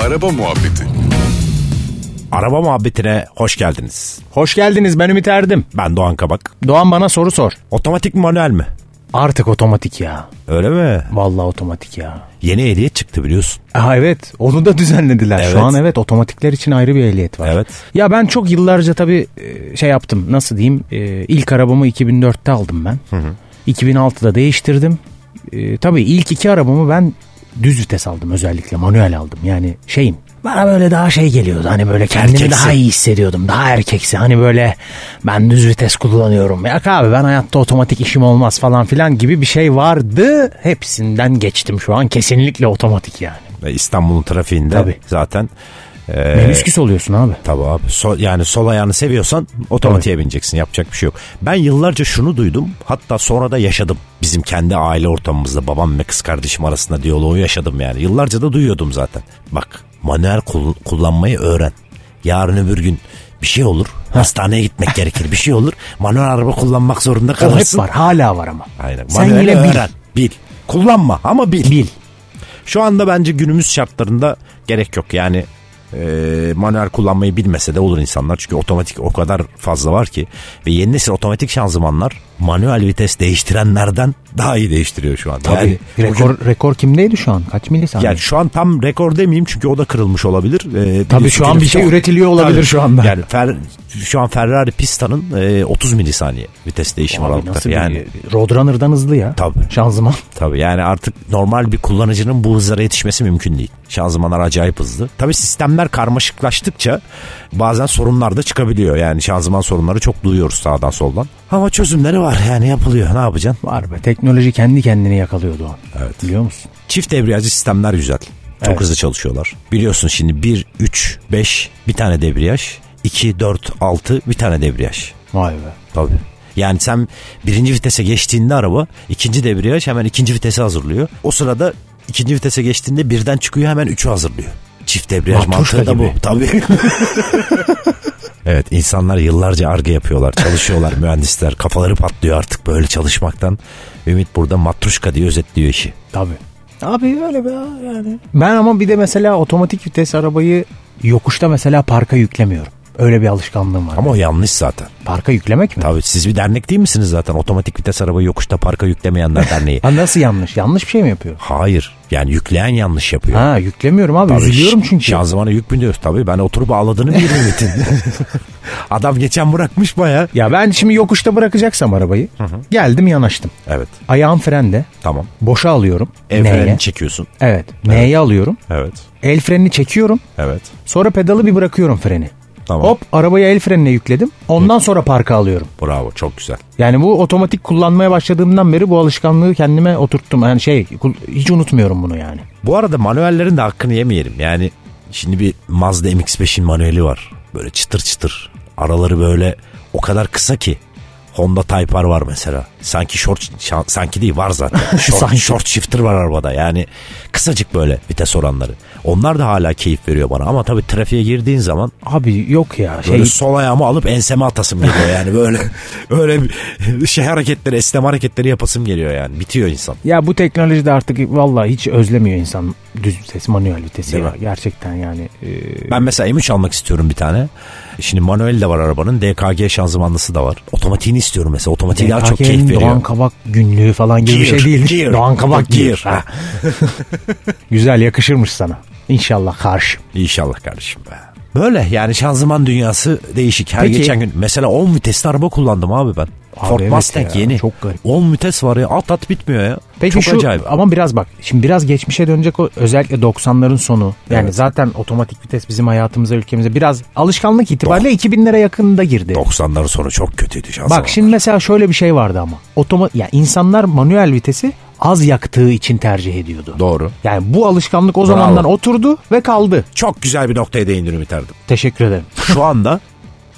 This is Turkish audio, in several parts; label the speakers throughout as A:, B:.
A: Araba muhabbeti.
B: Araba muhabbetine hoş geldiniz.
C: Hoş geldiniz ben Ümit Erdim.
B: Ben Doğan Kabak.
C: Doğan bana soru sor.
B: Otomatik mi manuel mi?
C: Artık otomatik ya.
B: Öyle mi?
C: Vallahi otomatik ya.
B: Yeni ehliyet çıktı biliyorsun.
C: Aa, evet onu da düzenlediler.
B: Evet.
C: Şu an evet otomatikler için ayrı bir ehliyet var.
B: Evet.
C: Ya ben çok yıllarca tabii e, şey yaptım nasıl diyeyim e, ilk arabamı 2004'te aldım ben. 2006'da değiştirdim. E, tabii ilk iki arabamı ben düz vites aldım özellikle manuel aldım yani şeyim. Bana böyle daha şey geliyordu hani böyle kendimi
B: Erkeksi.
C: daha iyi hissediyordum daha erkeksi hani böyle ben düz vites kullanıyorum ya abi ben hayatta otomatik işim olmaz falan filan gibi bir şey vardı hepsinden geçtim şu an kesinlikle otomatik yani.
B: Ve İstanbul'un trafiğinde
C: Tabii.
B: zaten. Ee,
C: Menisküs oluyorsun abi.
B: Tabii abi. Sol, yani sol ayağını seviyorsan otomatiğe bineceksin. Yapacak bir şey yok. Ben yıllarca şunu duydum. Hatta sonra da yaşadım. Bizim kendi aile ortamımızda babam ve kız kardeşim arasında diyaloğu yaşadım yani. Yıllarca da duyuyordum zaten. Bak manuel kul- kullanmayı öğren. Yarın öbür gün bir şey olur. Hastaneye gitmek gerekir. Bir şey olur. Manuel araba kullanmak zorunda
C: O hep
B: kalırsın.
C: var hala var ama.
B: Aynen.
C: Sen
B: Manuel
C: yine bil.
B: öğren. Bil. Kullanma ama bil. Bil. Şu anda bence günümüz şartlarında gerek yok. Yani e, manuel kullanmayı bilmese de olur insanlar. Çünkü otomatik o kadar fazla var ki. Ve yeni nesil otomatik şanzımanlar manuel vites değiştirenlerden daha iyi değiştiriyor şu anda.
C: Tabii.
B: Yani
C: rekor, rekor kimdeydi şu an? Kaç milisaniye?
B: yani şu an tam rekor demeyeyim çünkü o da kırılmış olabilir. Ee, biliyorsun
C: şu an
B: ki-
C: bir şey üretiliyor olabilir şu anda.
B: Yani Fer- şu an Ferrari Pista'nın e, 30 milisaniye vites değişim
C: Abi nasıl
B: aralıkları.
C: bir- e,
B: Yani
C: Roadrunner'dan hızlı ya.
B: Tabii.
C: Şanzıman.
B: Tabii yani artık normal bir kullanıcının bu hızlara yetişmesi mümkün değil. Şanzımanlar acayip hızlı. Tabii sistemler karmaşıklaştıkça bazen sorunlar da çıkabiliyor. Yani şanzıman sorunları çok duyuyoruz sağdan soldan. Ama çözümleri var yani yapılıyor ne yapacaksın?
C: Var be. Teknoloji kendi kendini yakalıyordu o.
B: Evet.
C: Biliyor musun?
B: Çift debriyajlı sistemler güzel. Çok
C: Evet.
B: hızlı çalışıyorlar. Biliyorsun şimdi 1, 3, 5 bir tane debriyaj. 2, 4, 6 bir tane debriyaj.
C: Vay be.
B: Tabii. Yani sen birinci vitese geçtiğinde araba ikinci debriyaj hemen ikinci vitese hazırlıyor. O sırada ikinci vitese geçtiğinde birden çıkıyor hemen üçü hazırlıyor. Çift debriyaj
C: Matruşka
B: mantığı da
C: gibi.
B: bu. Tabii. evet insanlar yıllarca arge yapıyorlar. Çalışıyorlar mühendisler. Kafaları patlıyor artık böyle çalışmaktan. Ümit burada matruşka diye özetliyor işi.
C: Tabii. Abi öyle be yani. Ben ama bir de mesela otomatik vites arabayı yokuşta mesela parka yüklemiyorum. Öyle bir alışkanlığım var.
B: Ama o yanlış zaten.
C: Parka yüklemek mi?
B: Tabii siz bir dernek değil misiniz zaten? Otomatik vites arabayı yokuşta parka yüklemeyenler derneği.
C: Ha, nasıl yanlış? Yanlış bir şey mi yapıyor?
B: Hayır. Yani yükleyen yanlış yapıyor.
C: Ha yüklemiyorum abi.
B: Tabii
C: Üzülüyorum
B: ş-
C: çünkü.
B: Şanzımana yük biniyoruz tabii. Ben oturup ağladığını bilirim Metin. Adam geçen bırakmış baya.
C: Ya ben şimdi yokuşta bırakacaksam arabayı. Geldim yanaştım.
B: Evet
C: Ayağım frende.
B: tamam.
C: Boşa alıyorum.
B: El
C: N'ye.
B: frenini çekiyorsun.
C: Evet. N'ye alıyorum.
B: Evet.
C: El frenini çekiyorum.
B: Evet.
C: Sonra pedalı bir bırakıyorum freni.
B: Tamam.
C: Hop arabaya el frenine yükledim. Ondan sonra parka alıyorum.
B: Bravo çok güzel.
C: Yani bu otomatik kullanmaya başladığımdan beri bu alışkanlığı kendime oturttum. Yani şey kul- hiç unutmuyorum bunu yani.
B: Bu arada manuellerin de hakkını yemeyelim. Yani şimdi bir Mazda MX-5'in manueli var. Böyle çıtır çıtır. Araları böyle o kadar kısa ki. Honda Type R var mesela. Sanki short şa- sanki değil var zaten. Short,
C: Sanki.
B: short shifter var arabada. Yani kısacık böyle vites oranları. Onlar da hala keyif veriyor bana ama tabii trafiğe girdiğin zaman
C: Abi yok ya şey
B: Böyle sol ayağımı alıp enseme atasım geliyor yani böyle öyle bir şey hareketleri esneme hareketleri yapasım geliyor yani bitiyor insan.
C: ya bu teknolojide artık vallahi hiç özlemiyor insan düz vites, manuel vitesi
B: Değil
C: ya.
B: mi?
C: Gerçekten yani. e,
B: Ben mesela M3 almak istiyorum bir tane. Şimdi manuel de var arabanın DKG şanzımanlısı da var. Otomatiğini istiyorum mesela otomatiği daha çok
C: Erkeğin
B: keyif veriyor.
C: Doğan Kabak günlüğü falan gibi bir
B: Gear,
C: şey değil.
B: gear.
C: Doğan Kabak
B: Gear.
C: gear. Ha. Güzel yakışırmış sana. İnşallah karşı.
B: İnşallah kardeşim be. Böyle yani şanzıman dünyası değişik. Her
C: Peki.
B: geçen gün mesela 10 vitesli araba kullandım abi ben. Ford
C: evet
B: Mustang
C: ya,
B: yeni.
C: çok garip.
B: 10 vites var ya at at bitmiyor ya.
C: Peki
B: çok
C: şu
B: acayip.
C: ama biraz bak şimdi biraz geçmişe dönecek o özellikle 90'ların sonu. Yani
B: Evet.
C: zaten otomatik vites bizim hayatımıza ülkemize biraz alışkanlık itibariyle 2000'lere yakında girdi.
B: 90'ların sonu çok kötüydü şanzıman.
C: Bak şimdi mesela şöyle bir şey vardı ama. Otoma ya insanlar manuel vitesi az yaktığı için tercih ediyordu.
B: Doğru.
C: Yani bu alışkanlık o zamandan oturdu ve kaldı.
B: Çok güzel bir noktaya değindin Ümit Erdem.
C: Teşekkür ederim.
B: Şu anda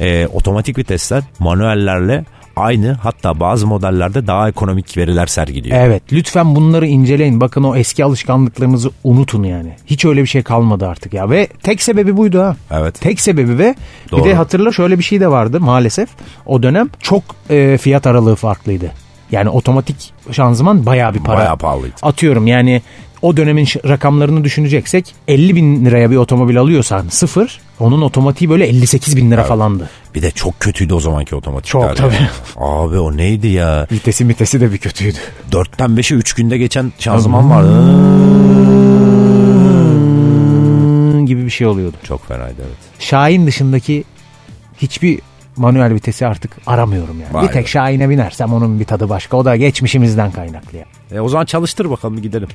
B: e, otomatik vitesler manuellerle aynı hatta bazı modellerde daha ekonomik veriler sergiliyor.
C: Evet lütfen bunları inceleyin. Bakın o eski alışkanlıklarınızı unutun yani. Hiç öyle bir şey kalmadı artık ya. Ve tek sebebi buydu ha.
B: Evet.
C: Tek sebebi ve
B: Doğru.
C: bir de hatırla şöyle bir şey de vardı maalesef. O dönem çok e, fiyat aralığı farklıydı. Yani otomatik şanzıman bayağı bir para.
B: Bayağı pahalıydı.
C: Atıyorum yani o dönemin ş- rakamlarını düşüneceksek 50 bin liraya bir otomobil alıyorsan sıfır onun otomatiği böyle 58 bin lira falandı.
B: Bir de çok kötüydü o zamanki otomatikler.
C: Çok
B: ya.
C: tabii.
B: Abi o neydi ya?
C: Vitesi mitesi de bir kötüydü.
B: Dörtten 5'e 3 günde geçen şanzıman vardı.
C: gibi bir şey oluyordu.
B: Çok fenaydı evet.
C: Şahin dışındaki hiçbir manuel vitesi artık aramıyorum yani.
B: Vay
C: bir tek
B: be.
C: Şahin'e binersem onun bir tadı başka. O da geçmişimizden kaynaklı ya.
B: E, o zaman çalıştır bakalım bir gidelim.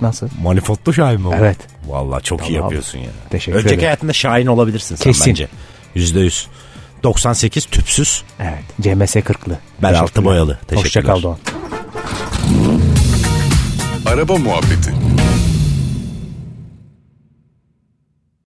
C: Nasıl?
B: Manifoldlu Şahin mi bu?
C: Evet.
B: Valla çok iyi
C: Tamam.
B: yapıyorsun ya.
C: Teşekkür
B: Önceki
C: ederim.
B: hayatında Şahin olabilirsin sen
C: Kesin.
B: bence. Yüzde yüz. 98 tüpsüz.
C: Evet. CMS 40'lı.
B: Ben altı boyalı.
C: Hoşçakal
B: Teşekkürler.
C: Doğan.
A: Araba Muhabbeti